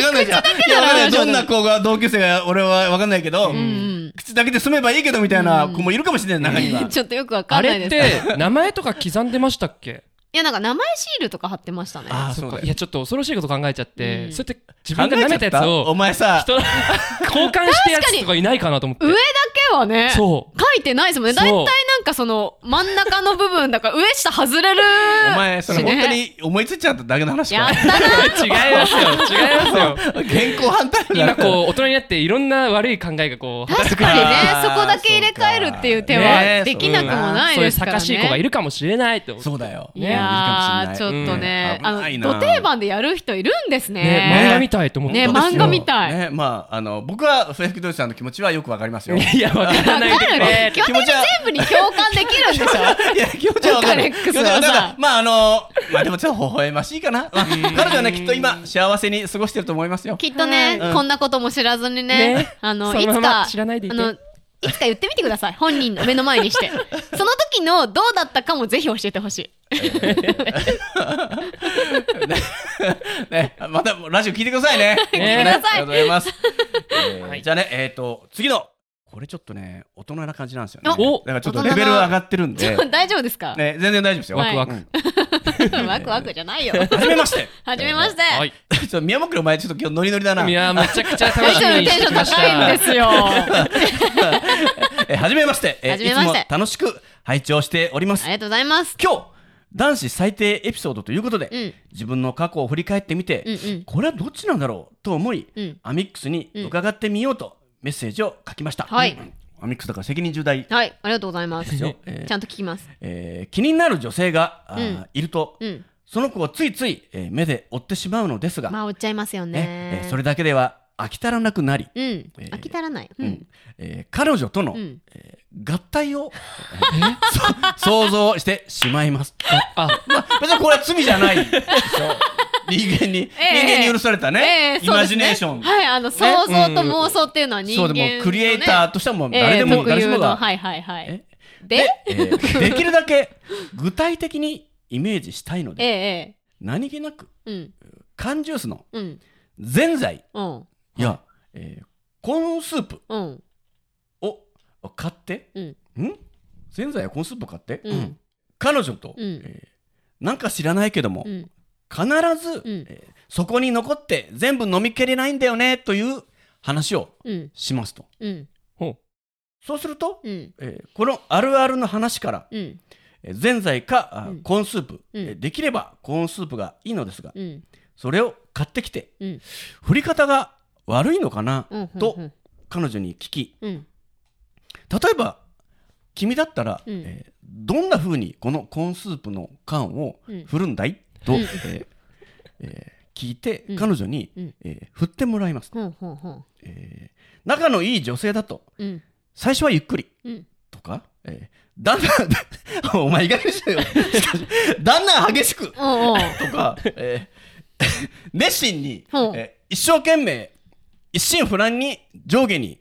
Speaker 2: かんないじゃんいやわかんないどんな子が同級生が俺はわかんないけど、
Speaker 3: ん
Speaker 2: 口だけで済めばいいけどみたいな子もいるかもしれない中には、
Speaker 3: ちょっとよくわか
Speaker 4: あ
Speaker 3: んない (laughs)
Speaker 4: れ
Speaker 3: で
Speaker 4: っ
Speaker 3: すけど
Speaker 4: て名前とか刻んでましたっけ
Speaker 3: いやなんか名前シールとか貼ってましたね
Speaker 2: ああ
Speaker 4: そ
Speaker 2: そうう
Speaker 4: か
Speaker 2: だ
Speaker 4: いやちょっと恐ろしいこと考えちゃって、
Speaker 3: うん
Speaker 4: そうやって自
Speaker 2: 考
Speaker 4: 分が舐め
Speaker 2: え
Speaker 4: た
Speaker 2: ちゃった
Speaker 4: やつ
Speaker 2: お
Speaker 4: を
Speaker 2: 前さ
Speaker 4: 人 (laughs) 交換してやつとかいないかなと思って
Speaker 3: 上だけはね書
Speaker 4: そう
Speaker 3: いてないですもんね
Speaker 4: そ
Speaker 3: 大
Speaker 4: う
Speaker 3: 体なんかその真ん中の部分だから上下外れる
Speaker 2: お前それ
Speaker 3: しね
Speaker 2: 本当に思いついちゃっただけの話
Speaker 3: やっ
Speaker 2: か
Speaker 3: たな
Speaker 4: (laughs) 違い
Speaker 3: (laughs)
Speaker 4: ますよ違いますよ
Speaker 2: 現行犯逮捕だ
Speaker 4: 今こう大人になっていろんな悪い考えがこう
Speaker 3: 確か
Speaker 2: あ
Speaker 3: にね
Speaker 2: ー
Speaker 3: そこだけ入れ替えるっていう手はできなくもない
Speaker 4: そういう
Speaker 3: です
Speaker 4: さ
Speaker 3: から
Speaker 4: か
Speaker 3: ね
Speaker 4: しい子がいるかもしれないって
Speaker 2: そうだよ
Speaker 3: いやーちょっとね、
Speaker 2: うん危ない
Speaker 3: あ
Speaker 2: な
Speaker 3: のど定番でやる人いるんです
Speaker 4: ね漫
Speaker 3: ね
Speaker 4: 画みたいと思った
Speaker 3: ね
Speaker 4: んですよ
Speaker 3: 漫画みたい
Speaker 2: ねまああの僕は笛吹き同士さんの気持ちはよくわかりますよい
Speaker 4: いや
Speaker 2: (laughs)
Speaker 4: わからないでくれ
Speaker 3: 基本的に全部に共感できるんでしょ
Speaker 2: や気持ちはわかる
Speaker 3: カレックスはさ
Speaker 2: 気持ちだからまああのまあでもちょっと微笑ましいかな、まあ、彼女はねきっと今幸せに過ごしてると思いますよ
Speaker 3: きっとね、
Speaker 2: うん
Speaker 3: こんなことも知らずにね
Speaker 4: ね
Speaker 3: あの
Speaker 4: そ
Speaker 3: い
Speaker 4: の
Speaker 3: つ
Speaker 4: まま
Speaker 3: か
Speaker 4: 知らないでいて
Speaker 3: あのいつか言ってみてください本人の目の前にして
Speaker 4: (laughs)
Speaker 3: その時のどうだったかもぜひ教えてほしい
Speaker 2: ね、またラジオ聞いてくださいね。
Speaker 4: い
Speaker 3: ださ
Speaker 4: てく
Speaker 3: い
Speaker 2: ありがとうございます。えー
Speaker 4: はい
Speaker 2: じゃあね、えっ、と、次の。これちょっとね、大人な感じなんですよね。
Speaker 4: お
Speaker 2: だからちょっと
Speaker 3: 大人な
Speaker 2: レベル上がってるんで。
Speaker 3: 大丈夫ですか、
Speaker 2: ね、全然大丈夫ですよ。
Speaker 3: はい
Speaker 2: ワクワク。
Speaker 3: (laughs) ワクワクじゃないよ
Speaker 2: はじめまして。 (laughs)
Speaker 3: はじめまして、
Speaker 4: はい
Speaker 2: ちょっと宮本君の前、ちょっと今日ノリノリだな。
Speaker 4: いやめちゃくちゃ楽
Speaker 3: 大
Speaker 4: し
Speaker 3: 丈
Speaker 4: み
Speaker 3: 夫
Speaker 4: に
Speaker 3: テ
Speaker 4: し
Speaker 3: ンショ
Speaker 4: てき
Speaker 3: ン
Speaker 4: まし
Speaker 3: 高いん
Speaker 4: た
Speaker 3: ですよ (laughs) あ
Speaker 2: (laughs) えーはじめまして。えー
Speaker 3: はじめまして
Speaker 2: いつも楽しく拝聴しております
Speaker 3: り。がとうございます
Speaker 2: 今日男子最低エピソードということで、
Speaker 3: うん
Speaker 2: 自分の過去を振り返ってみて、
Speaker 3: うんうん
Speaker 2: これはどっちなんだろうと思い、
Speaker 3: うん
Speaker 2: アミックスに伺ってみようとメッセージを書きました、
Speaker 3: はい
Speaker 2: うんアミックスだから責任重大
Speaker 3: はいありがとうございますち
Speaker 2: よえー
Speaker 3: ゃんと聞きます
Speaker 2: えー気になる女性が、あー
Speaker 3: うん
Speaker 2: いると、
Speaker 3: うん
Speaker 2: その子をついつい、えー目で追ってしまうのですが、
Speaker 3: まあ追っちゃいますよ
Speaker 2: ね
Speaker 3: ね
Speaker 2: えーそれだけでは飽き足らなくなり、
Speaker 3: うん
Speaker 2: えー
Speaker 3: 飽き足らない、う
Speaker 2: うんんえー彼女との、
Speaker 3: うん
Speaker 2: えー合体を、そ想像してしまいます。
Speaker 4: あ
Speaker 2: まあ、別にこれは罪じゃないで (laughs) しょ人間に、
Speaker 3: ええ
Speaker 2: 人間に許されたね、
Speaker 3: ええ
Speaker 2: イマジネーション、
Speaker 3: そうですねはい、あの想像と妄想っていうのは人
Speaker 2: そ
Speaker 3: 間
Speaker 2: う
Speaker 3: の、
Speaker 2: で
Speaker 3: ね、
Speaker 2: もクリエイターとしてはもう誰で
Speaker 3: え
Speaker 2: も、
Speaker 3: え
Speaker 2: 誰しも
Speaker 3: 特有の
Speaker 2: が、
Speaker 3: はいはいはい
Speaker 2: え。
Speaker 3: で、
Speaker 2: えーできるだけ具体的にイメージしたいの
Speaker 3: ええ
Speaker 2: で何気なく
Speaker 3: ええうん
Speaker 2: 缶ジュースの
Speaker 3: うん
Speaker 2: ぜんざい
Speaker 3: うん
Speaker 2: や、えーコーンスープ
Speaker 3: うん
Speaker 2: を買って、
Speaker 3: うん
Speaker 2: んぜんざいやコーンスープを買って、
Speaker 3: うん
Speaker 2: うん彼女と、
Speaker 3: うん
Speaker 2: えーなんか知らないけども、
Speaker 3: うん
Speaker 2: 必ず、
Speaker 3: うん
Speaker 2: えーそこに残って全部飲みきれないんだよねという話を
Speaker 3: うん
Speaker 2: しますと
Speaker 3: うん
Speaker 4: ほ
Speaker 2: そうすると、
Speaker 3: うん
Speaker 2: えーこのあるあるの話から、
Speaker 3: うん
Speaker 2: えーぜんざいかあ
Speaker 3: うん
Speaker 2: コーンスープ、
Speaker 3: うん
Speaker 2: えーできればコーンスープがいいのですが、
Speaker 3: うん
Speaker 2: それを買ってきて
Speaker 3: うん
Speaker 2: 振り方が悪いのかな、
Speaker 3: うん
Speaker 2: と
Speaker 3: うん
Speaker 2: 彼女に聞き
Speaker 3: うん
Speaker 2: 例えば君だったら、
Speaker 3: うん
Speaker 2: えーどんな風にこのコーンスープの缶を
Speaker 3: うん
Speaker 2: 振るんだい、と、
Speaker 3: うん
Speaker 2: えーえー聞いて、
Speaker 3: うん
Speaker 2: 彼女に、
Speaker 3: うん
Speaker 2: えー振ってもらいます、
Speaker 3: ほんほんほん
Speaker 2: えー仲のいい女性だと
Speaker 3: うん
Speaker 2: 最初はゆっくり
Speaker 3: うん
Speaker 2: とか、えーだんだん (laughs) お前意外にしろよしかしだんだん激しく
Speaker 3: おうおう
Speaker 2: とか、えー熱心に、え
Speaker 3: ほう
Speaker 2: ー一生懸命一心不乱に上下に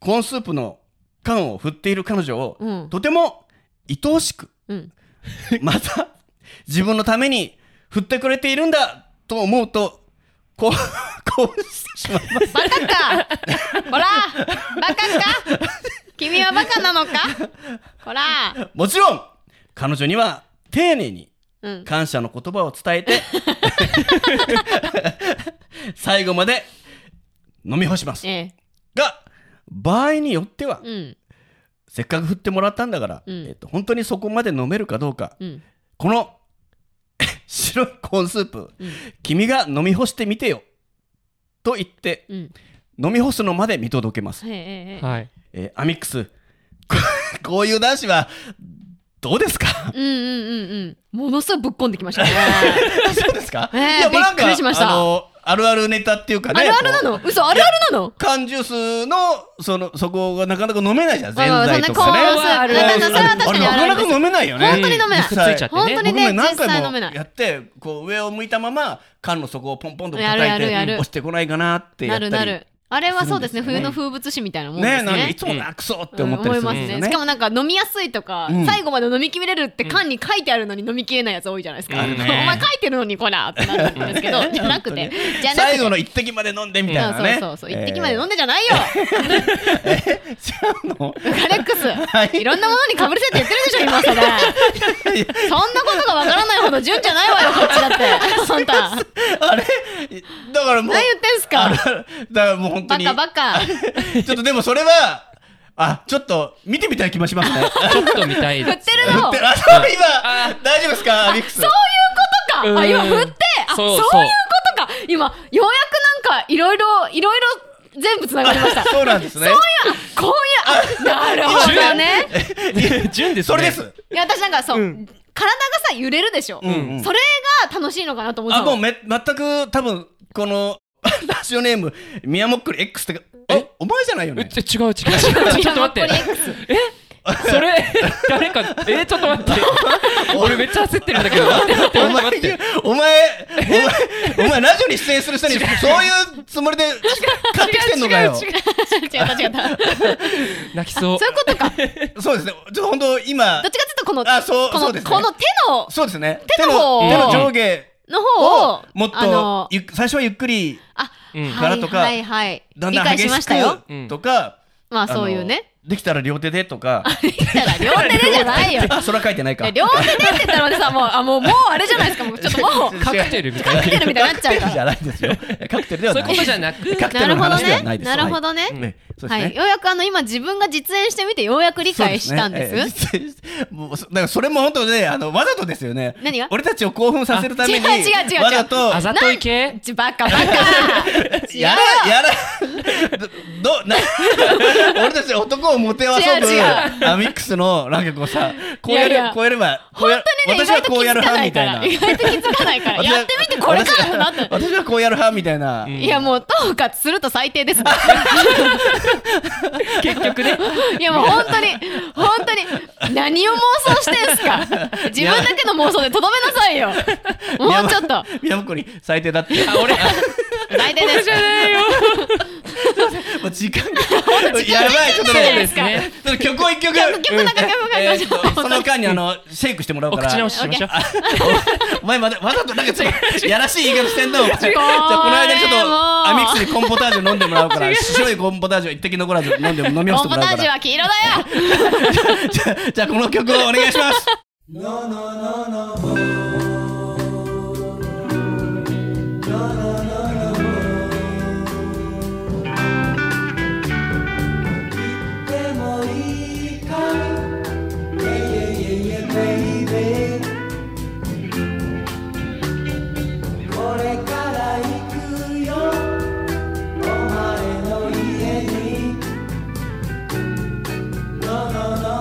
Speaker 2: コーンスープの缶を振っている彼女を、
Speaker 3: うん
Speaker 2: とても愛おしく
Speaker 3: うん
Speaker 2: また自分のために振ってくれているんだと思うとこう (laughs) こうしてしまいます。
Speaker 3: バカかこらバカか君はバカなのかこら
Speaker 2: もちろん彼女には丁寧に
Speaker 3: うん
Speaker 2: 感謝の言葉を伝えて (laughs) 最後まで飲み干します
Speaker 3: ええ
Speaker 2: が場合によっては、
Speaker 3: うん
Speaker 2: せっかく振ってもらったんだから、
Speaker 3: うん
Speaker 2: えっと本当にそこまで飲めるかどうか、
Speaker 3: うん
Speaker 2: この (laughs) 白いコーンスープ、
Speaker 3: うん
Speaker 2: 君が飲み干してみてよと言って
Speaker 3: うん
Speaker 2: 飲み干すのまで見届けます、
Speaker 3: ええええ
Speaker 4: うはい
Speaker 2: えーアミックス (laughs) ここういう男子はどうですか
Speaker 3: (laughs) うんうんうんうんものすごいぶっこんできましたね
Speaker 2: そうですか、
Speaker 3: えー
Speaker 2: いやもうなん
Speaker 3: びっく
Speaker 2: か
Speaker 3: りしました
Speaker 2: あのあるあるネタっていうかね
Speaker 3: あるあるな
Speaker 2: こ
Speaker 3: の嘘あるあるなの
Speaker 2: う缶ジュースのそのそこがなかなか飲めないじゃん全
Speaker 3: まあまあ
Speaker 2: 剤とかね
Speaker 3: そんなコーンスープ
Speaker 2: うん
Speaker 3: それは確かにある
Speaker 2: れ
Speaker 3: ん
Speaker 2: な
Speaker 3: で
Speaker 2: かなか
Speaker 3: す
Speaker 2: 飲めないよね
Speaker 3: 本当に飲めない
Speaker 2: 実際
Speaker 4: ついちゃってね
Speaker 3: 本当
Speaker 2: 僕も
Speaker 3: にね、
Speaker 2: 何
Speaker 3: 実際
Speaker 2: 回
Speaker 3: 飲めな
Speaker 2: もや
Speaker 3: い。
Speaker 2: ってこう上を向いたまま缶の底をポンポンと
Speaker 3: やるや
Speaker 2: 叩い
Speaker 3: る
Speaker 2: て
Speaker 3: やる
Speaker 2: 押してこないかなってや
Speaker 3: な
Speaker 2: った
Speaker 3: る
Speaker 2: り
Speaker 3: なる。あれはそうですね
Speaker 2: するんですよね
Speaker 3: 冬の風物詩みたいなもんで
Speaker 2: ね
Speaker 3: す
Speaker 2: なんかい
Speaker 3: ね。
Speaker 2: つもなくそっ
Speaker 3: うん
Speaker 2: て思ったりする
Speaker 3: 思
Speaker 2: ん
Speaker 3: い
Speaker 2: ですよ
Speaker 3: ま
Speaker 2: ね
Speaker 3: すね。しかもなんか飲みやすいとか、
Speaker 2: うん
Speaker 3: 最後まで飲みきれるって缶に書いてあるのに飲みきれないやつ多いじゃないですか。
Speaker 2: あるね
Speaker 3: お前書いてるのにこらってなるんです
Speaker 2: (laughs)
Speaker 3: けど、じゃなくて、じゃなくて。
Speaker 2: 最後の一滴まで飲んでみたいなね。
Speaker 3: うんそうそうそう。一滴まで飲ん
Speaker 2: で。
Speaker 3: でじゃないよ。
Speaker 2: (laughs) 違う (laughs) の
Speaker 3: カレックス、
Speaker 2: はい
Speaker 3: い、ろんなものにかぶれせって言ってるでしょ
Speaker 2: (laughs)
Speaker 3: 今それそんなことがわからないほど純じゃないわよこっちだ
Speaker 2: (laughs)
Speaker 3: ってあんた何
Speaker 2: あれだからもう。
Speaker 3: 言ってんす
Speaker 2: あ
Speaker 3: か
Speaker 2: れ (laughs) だからもう本当
Speaker 3: バ
Speaker 2: に。
Speaker 3: カバカ
Speaker 2: ちょっとでもそれは、あ、ちょっと見てみたい気もしますね。
Speaker 4: ちょっと見たい
Speaker 3: 振っ
Speaker 4: です
Speaker 3: てるの
Speaker 2: であ、そう今、大丈夫ですかアビックス。
Speaker 3: そういう (laughs) ことかあ今振ってあ
Speaker 4: そ
Speaker 3: そう
Speaker 4: う
Speaker 3: いう
Speaker 4: そう
Speaker 3: ことか今ようやくなんかいろいろいろいろ全部つながり
Speaker 2: (laughs)
Speaker 3: ましたこ
Speaker 2: そうなんですね。
Speaker 3: ういうあなるほどね
Speaker 4: (laughs) 純です
Speaker 2: それです。
Speaker 3: いや私なんかそう、体がさ揺れるでしょ、
Speaker 2: んうん
Speaker 3: それが楽しいのかなと思って
Speaker 2: あ、
Speaker 3: た
Speaker 2: もう
Speaker 3: の
Speaker 2: め、全く多分、この、 (laughs) ラジオネーム、ミヤモックリ X ってか、え、お前じゃないよ
Speaker 4: え
Speaker 2: ね。
Speaker 4: ち違う違う違うちょっと待っ
Speaker 3: ミヤ (laughs) モ
Speaker 4: て
Speaker 3: ッコリ X
Speaker 4: それ誰かえちょっと待
Speaker 2: (laughs)
Speaker 4: って俺めっちゃ焦ってるんだけど待って待って
Speaker 2: お前
Speaker 4: 待って、
Speaker 2: お前、お前、お前、ラジオに出演する人に、そういうつもりで買ってきてんのかよ。
Speaker 3: 違う違う違った違った
Speaker 4: 泣きそう
Speaker 3: そういうことか。どっ
Speaker 2: そうですね。ちょっと本当、今
Speaker 3: ちか、というとこの、
Speaker 2: あそう
Speaker 3: こ
Speaker 2: そう
Speaker 3: の、
Speaker 2: ですね
Speaker 3: この手の、
Speaker 2: そうですね。
Speaker 3: 手の方を
Speaker 2: 手の手の上下
Speaker 3: の方
Speaker 2: を
Speaker 3: を、、
Speaker 2: もっ
Speaker 3: あ
Speaker 2: と
Speaker 3: の、、
Speaker 2: ゆっ最初はゆっくり、
Speaker 3: あ、
Speaker 4: うん
Speaker 2: 柄とか
Speaker 3: はいはい
Speaker 2: だ
Speaker 3: は
Speaker 2: ん
Speaker 3: い。
Speaker 2: だ
Speaker 3: 理
Speaker 2: ん
Speaker 3: 解
Speaker 2: 激
Speaker 3: しま
Speaker 2: し
Speaker 3: したよ。
Speaker 2: くとか、
Speaker 3: まあ
Speaker 2: の
Speaker 3: そういうね。。
Speaker 2: できたら両手でとか。
Speaker 3: できたら両手でじゃないよ。い
Speaker 2: あ、それは書いてないか
Speaker 3: や。両手でって言ったら私さ、もう、あ、もう、もうあれじゃないですか。もうちょっとも
Speaker 2: (laughs)
Speaker 3: う、
Speaker 2: 違う
Speaker 4: カクテルみたいな
Speaker 3: カクテルみたいになっちゃうか
Speaker 2: じゃな
Speaker 3: ら。
Speaker 2: いです
Speaker 3: (laughs)
Speaker 2: よ。カクテルではない。
Speaker 4: そういうことじゃなく
Speaker 2: カクテ
Speaker 3: な
Speaker 2: ル
Speaker 3: る
Speaker 2: の
Speaker 3: ほど
Speaker 2: 話ではない
Speaker 3: ね。
Speaker 2: です。
Speaker 3: なるほど
Speaker 2: はい。
Speaker 3: ね。
Speaker 2: ねそうです
Speaker 3: は
Speaker 2: ね。
Speaker 3: い。ようやくあの、今自分が実演してみて、ようやく理解したん
Speaker 2: そう
Speaker 3: です。
Speaker 2: すねええ実際もうそだからそれも本当ねあのわざとですよね。
Speaker 3: 何が
Speaker 2: 俺たちを興奮させるために
Speaker 3: あ違う違う違う違う
Speaker 2: わざと
Speaker 4: あざとい系
Speaker 3: ちバカバカ違う
Speaker 2: (laughs) やら (laughs) やらどどな (laughs) 俺たち男をもてあそぶ
Speaker 3: 違う違
Speaker 2: アミックスのなんかこうさこうやる
Speaker 3: いやいや
Speaker 2: こうやればこう
Speaker 3: 本
Speaker 2: や
Speaker 3: 当にね、意
Speaker 2: 私は
Speaker 3: 外と
Speaker 2: こ
Speaker 3: 気
Speaker 2: うや
Speaker 3: づ
Speaker 2: る
Speaker 3: か
Speaker 2: 派
Speaker 3: な
Speaker 2: み
Speaker 3: い
Speaker 2: た
Speaker 3: か
Speaker 2: い
Speaker 3: ら。
Speaker 2: な。
Speaker 3: 意外と気づかないから。
Speaker 2: 私は
Speaker 3: やってみて、これからだなって
Speaker 2: 私。は私はこうやる派みたいな。
Speaker 3: いやもう統括すると最低ですね。
Speaker 4: 結局 (laughs) ね
Speaker 3: いやもう本当に本当に何を妄想してんすか。自分だけの妄想でとどめなさいよ。もうちょっと
Speaker 2: 宮本に最低だって。
Speaker 4: あ俺
Speaker 3: 大体です。
Speaker 2: もう時
Speaker 3: (laughs)
Speaker 2: 間が。やばい、ちょっと
Speaker 4: そう
Speaker 2: ね
Speaker 4: で。すね
Speaker 2: ちょっと曲を一曲。
Speaker 3: 曲曲なんか曲かけましょう
Speaker 2: えーとその間にあのシェイクしてもらおう
Speaker 4: (laughs) お
Speaker 2: から。
Speaker 4: 口直ししましょう
Speaker 2: お前まだわざとなんかちょっとやらしい言い方してんの。お前じゃあ
Speaker 3: 違う
Speaker 2: この間にちょっ
Speaker 3: もう
Speaker 2: とアミックスにコンポタージュ飲んでもらうから、白いコンポタージュは一滴残らず飲んで飲み干し
Speaker 3: コ
Speaker 2: て
Speaker 3: ン
Speaker 2: もら
Speaker 3: ポ
Speaker 2: う
Speaker 3: タ
Speaker 2: か
Speaker 3: ージュ
Speaker 2: ら。
Speaker 3: は黄色だよ。
Speaker 2: じゃあじゃあこの曲をお願いします。はい、えー
Speaker 3: はい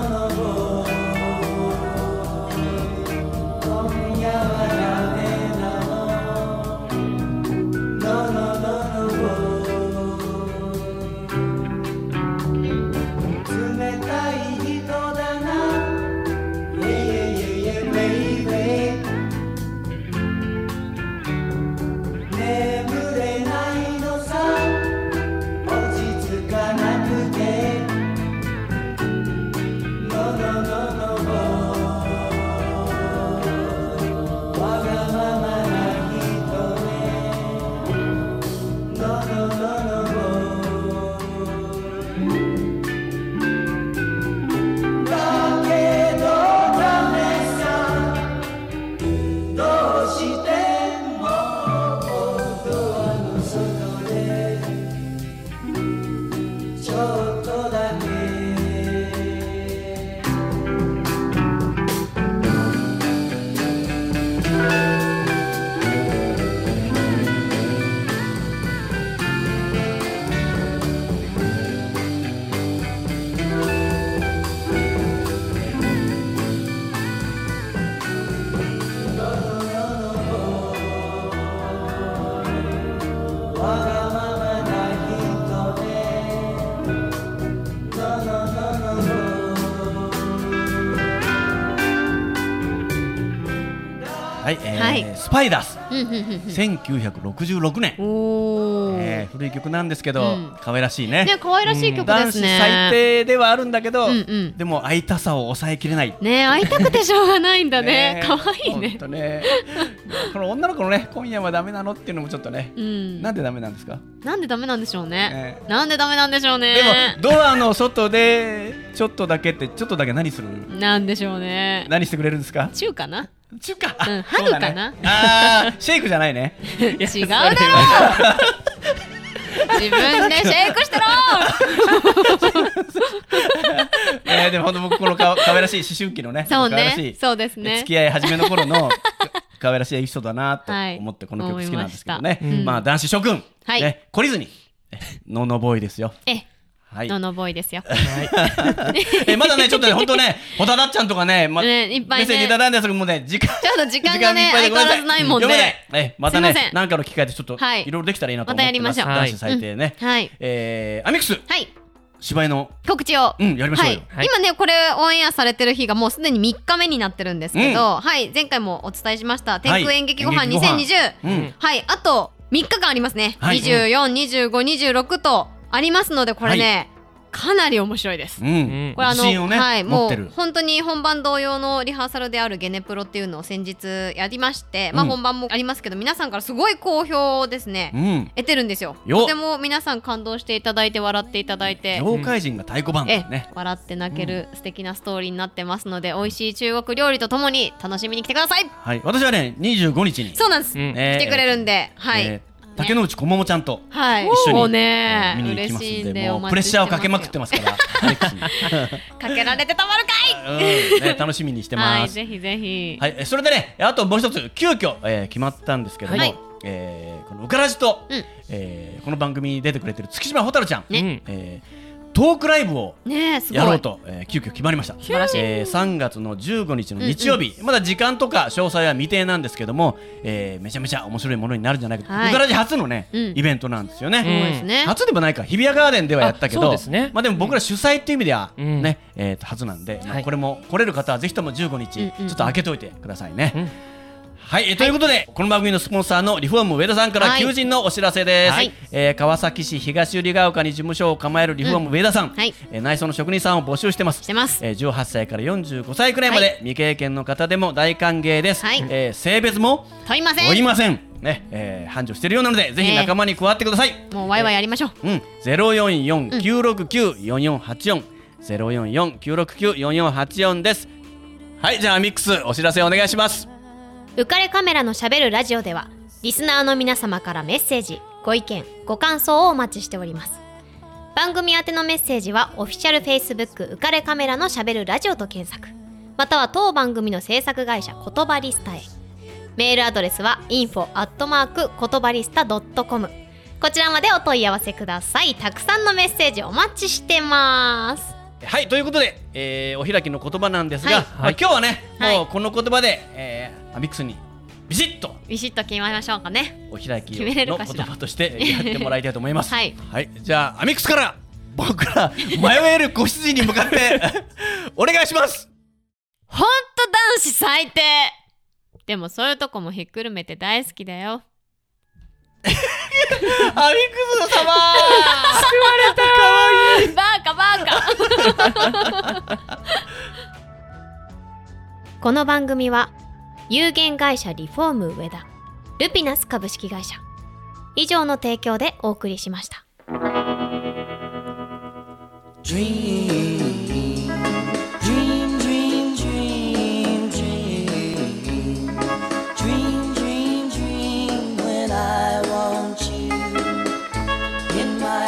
Speaker 2: スパイダース。
Speaker 3: うんうんうん
Speaker 2: 1966年。
Speaker 3: おお。
Speaker 2: え古い曲なんですけど、
Speaker 3: うん
Speaker 2: 可愛らしいね
Speaker 3: ね可愛らしい曲
Speaker 2: 男
Speaker 3: で
Speaker 2: 子
Speaker 3: すね、
Speaker 2: 最低ではあるんだけど、
Speaker 3: うんうん
Speaker 2: でも会いたさを抑えきれない
Speaker 3: ね会いたくてしょうがないんだね可愛い
Speaker 2: ほん
Speaker 3: ね
Speaker 2: とね (laughs) この女の子のね今夜はダメなのっていうのもちょっとね、
Speaker 3: うん
Speaker 2: なんでダメなんですか、
Speaker 3: なんでダメなんでしょうね
Speaker 2: ね
Speaker 3: なんでダメなんでしょう
Speaker 2: で
Speaker 3: ね
Speaker 2: もドアの外でちょっとだけってちょっとだけ何する
Speaker 3: なんでしょうね
Speaker 2: 何してくれるんですか
Speaker 3: 中かな
Speaker 2: 中華、
Speaker 3: うん
Speaker 2: そうだね
Speaker 3: ハグかな
Speaker 2: あーシェイクじゃないね
Speaker 3: 違うだろ自分でシェイクし
Speaker 2: (laughs)
Speaker 3: てろ
Speaker 2: えー、でも本当僕このか可愛らしい思春期のね
Speaker 3: そう
Speaker 2: 可愛らし
Speaker 3: ね
Speaker 2: い
Speaker 3: そうですね
Speaker 2: 付き合い始めの頃のか可愛らしいエピソードだなと
Speaker 3: はい
Speaker 2: 思ってこの曲好きなんですけどね、
Speaker 3: 思いましたうん
Speaker 2: まあ男子諸君、
Speaker 3: はい
Speaker 2: ね、懲りずにえノノボーイですよ
Speaker 3: え
Speaker 2: はい
Speaker 3: ののボーイですよ
Speaker 2: (laughs) えまだねちょっとね本当ねホタダっちゃんとかね,、ま
Speaker 3: ねいっぱい
Speaker 2: メ
Speaker 3: ね
Speaker 2: ッセージいただいたんですけどもうね時間
Speaker 3: ちょっと時間が
Speaker 2: (laughs)
Speaker 3: ね
Speaker 2: 時間いっぱいで
Speaker 3: 相変
Speaker 2: ごめんな
Speaker 3: わ
Speaker 2: さ
Speaker 3: らずないもん
Speaker 2: 読め
Speaker 3: ね
Speaker 2: ないえまたね
Speaker 3: すいません
Speaker 2: なんかの機会でちょっとい
Speaker 3: は
Speaker 2: ろ
Speaker 3: い
Speaker 2: いろできたらいいなと思ってます、
Speaker 3: また
Speaker 4: や
Speaker 2: 男
Speaker 4: り
Speaker 2: 子
Speaker 4: まし
Speaker 3: ょ
Speaker 2: 最
Speaker 3: う
Speaker 2: 低ね、
Speaker 3: はい
Speaker 2: えー、アミックス
Speaker 3: はい
Speaker 2: 芝居の
Speaker 3: 告知を
Speaker 2: うんやりましょうよ、
Speaker 3: は、
Speaker 4: はいい
Speaker 3: 今ねこれオンエアされてる日がもうすでに3日目になってるんですけど、はい前回もお伝えしました「天空演劇ごはん
Speaker 2: 演劇
Speaker 3: 2020
Speaker 2: ごはん」
Speaker 4: ん
Speaker 3: はいあと3日間ありますね、
Speaker 2: はい
Speaker 3: 242526とありますのでこれね、かなり面白いです。
Speaker 2: うん、うん、
Speaker 3: これあ
Speaker 2: 自信
Speaker 3: の、
Speaker 2: をね、
Speaker 3: はい、
Speaker 2: 持
Speaker 3: も
Speaker 2: ってる
Speaker 3: う本当に本番同様のリハーサルであるゲネプロっていうのを先日やりまして、まあ
Speaker 2: うん
Speaker 3: 本番もありますけど皆さんからすごい好評ですね、
Speaker 2: うん
Speaker 3: 得てるんですよ
Speaker 2: よ
Speaker 3: とても皆さん感動していただいて笑っていただいて
Speaker 2: 妖怪人が太鼓判
Speaker 3: ええ、
Speaker 2: ね
Speaker 3: 笑って泣ける素敵なストーリーになってますので、美味しい中国料理とともに楽しみに来てください
Speaker 2: はい私はね25日に
Speaker 3: そうなんです、
Speaker 4: うん
Speaker 2: ね
Speaker 3: 来てくれるんで、はい、
Speaker 2: えー竹之内こももちゃんと
Speaker 3: はい、
Speaker 2: 一緒に
Speaker 3: もう
Speaker 2: え
Speaker 3: ね
Speaker 2: ー、見に行き
Speaker 3: 嬉
Speaker 2: ます
Speaker 3: しい
Speaker 2: ん
Speaker 3: ん
Speaker 2: で
Speaker 3: で、
Speaker 2: も
Speaker 3: お
Speaker 2: う
Speaker 3: 待
Speaker 2: プレッ
Speaker 3: ち
Speaker 2: シャーをかけまくって
Speaker 3: ま
Speaker 2: ますからアレックスに
Speaker 3: す。かけられてたまるか
Speaker 2: うん
Speaker 3: (laughs)
Speaker 2: ね楽しみにして
Speaker 3: い。は
Speaker 2: ま
Speaker 3: い、
Speaker 2: す
Speaker 3: ぜひぜひ。
Speaker 2: はい、えーそれでね、あともう一つ、急遽、えー決まったんですけども、
Speaker 3: はい
Speaker 2: えーこのうからじと、
Speaker 3: うん
Speaker 2: えーこの番組に出てくれてる月島蛍ちゃん、
Speaker 4: ね
Speaker 2: えートークライブを
Speaker 3: ねえ、すごい。
Speaker 2: やろうと、えー急遽決まりました。素
Speaker 3: 晴らしい
Speaker 2: えー3月の15日の日曜日、まだ時間とか詳細は未定なんですけども、えーめちゃめちゃ面白いものになるんじゃないかと、
Speaker 3: はいう
Speaker 2: からじ初のね、
Speaker 3: うん
Speaker 2: イベントなんですよね。
Speaker 3: そうですね。
Speaker 2: 初でもないか日比谷ガーデンではやったけど
Speaker 4: あそうですね
Speaker 2: まあ、でも僕ら主催っていう意味では
Speaker 4: うん
Speaker 2: ね、えーと初なんで、まあ
Speaker 4: はい
Speaker 2: これも来れる方はぜひとも15日
Speaker 3: うんうん
Speaker 2: ちょっと開けといてくださいね。
Speaker 4: うん
Speaker 2: はい、えーということで、この番組のスポンサーのリフォーム上田さんから
Speaker 3: はい
Speaker 2: 求人のお知らせです、
Speaker 3: はい
Speaker 2: えー川崎市東百合ヶ丘に事務所を構えるリフォーム上田さん、
Speaker 3: はい
Speaker 2: えー内装の職人さんを募集してます
Speaker 3: してます。
Speaker 2: えー18歳から45歳くらいまで、
Speaker 3: は
Speaker 2: 未経験の方でも大歓迎です、
Speaker 3: はい
Speaker 2: えー性別も
Speaker 3: 問いませ
Speaker 2: 追い
Speaker 3: ん。
Speaker 2: ません、ねえー繁盛してるようなのでぜ
Speaker 3: え
Speaker 2: ひ
Speaker 3: え
Speaker 2: 仲間に加わってください、
Speaker 3: もうワイワイやりましょう。
Speaker 2: うん、ゼロ四四九六九四四八四ゼロ四四九六九四四八四です。はい、じゃあミックスお知らせお願いします。
Speaker 3: 浮かれカメラのしゃべるラジオではリスナーの皆様からメッセージご意見ご感想をお待ちしております番組宛てのメッセージはオフィシャル Facebook 浮かれカメラのしゃべるラジオと検索または当番組の制作会社言葉リスタへメールアドレスは info アットマーク言葉リスタ .com こちらまでお問い合わせくださいたくさんのメッセージお待ちしてます
Speaker 2: はい、ということで、えー、お開きの言葉なんですが、
Speaker 3: はい
Speaker 2: まあ、今日はね、
Speaker 3: はい
Speaker 2: もうこの言葉で、えー、アミックスにビシッと
Speaker 3: ビシッと決めましょうかね
Speaker 2: お開き
Speaker 3: 決めれる
Speaker 2: の
Speaker 3: か
Speaker 2: 言
Speaker 3: しら
Speaker 2: 葉としてやってもらいたいと思います。
Speaker 3: (laughs) はい
Speaker 2: じゃあアミックスから僕ら迷える子羊に向かって
Speaker 3: (laughs)
Speaker 2: お願いします。
Speaker 3: ほんと男子最低でもそういうとこもひっくるめて大好きだよ
Speaker 2: アミックス様。れた。可愛い
Speaker 3: バーカバーカこの番組は有限会社リフォーム上田ルピナス株式会社以上の提供でお送りしました
Speaker 5: dream, dream, dream when I want you in my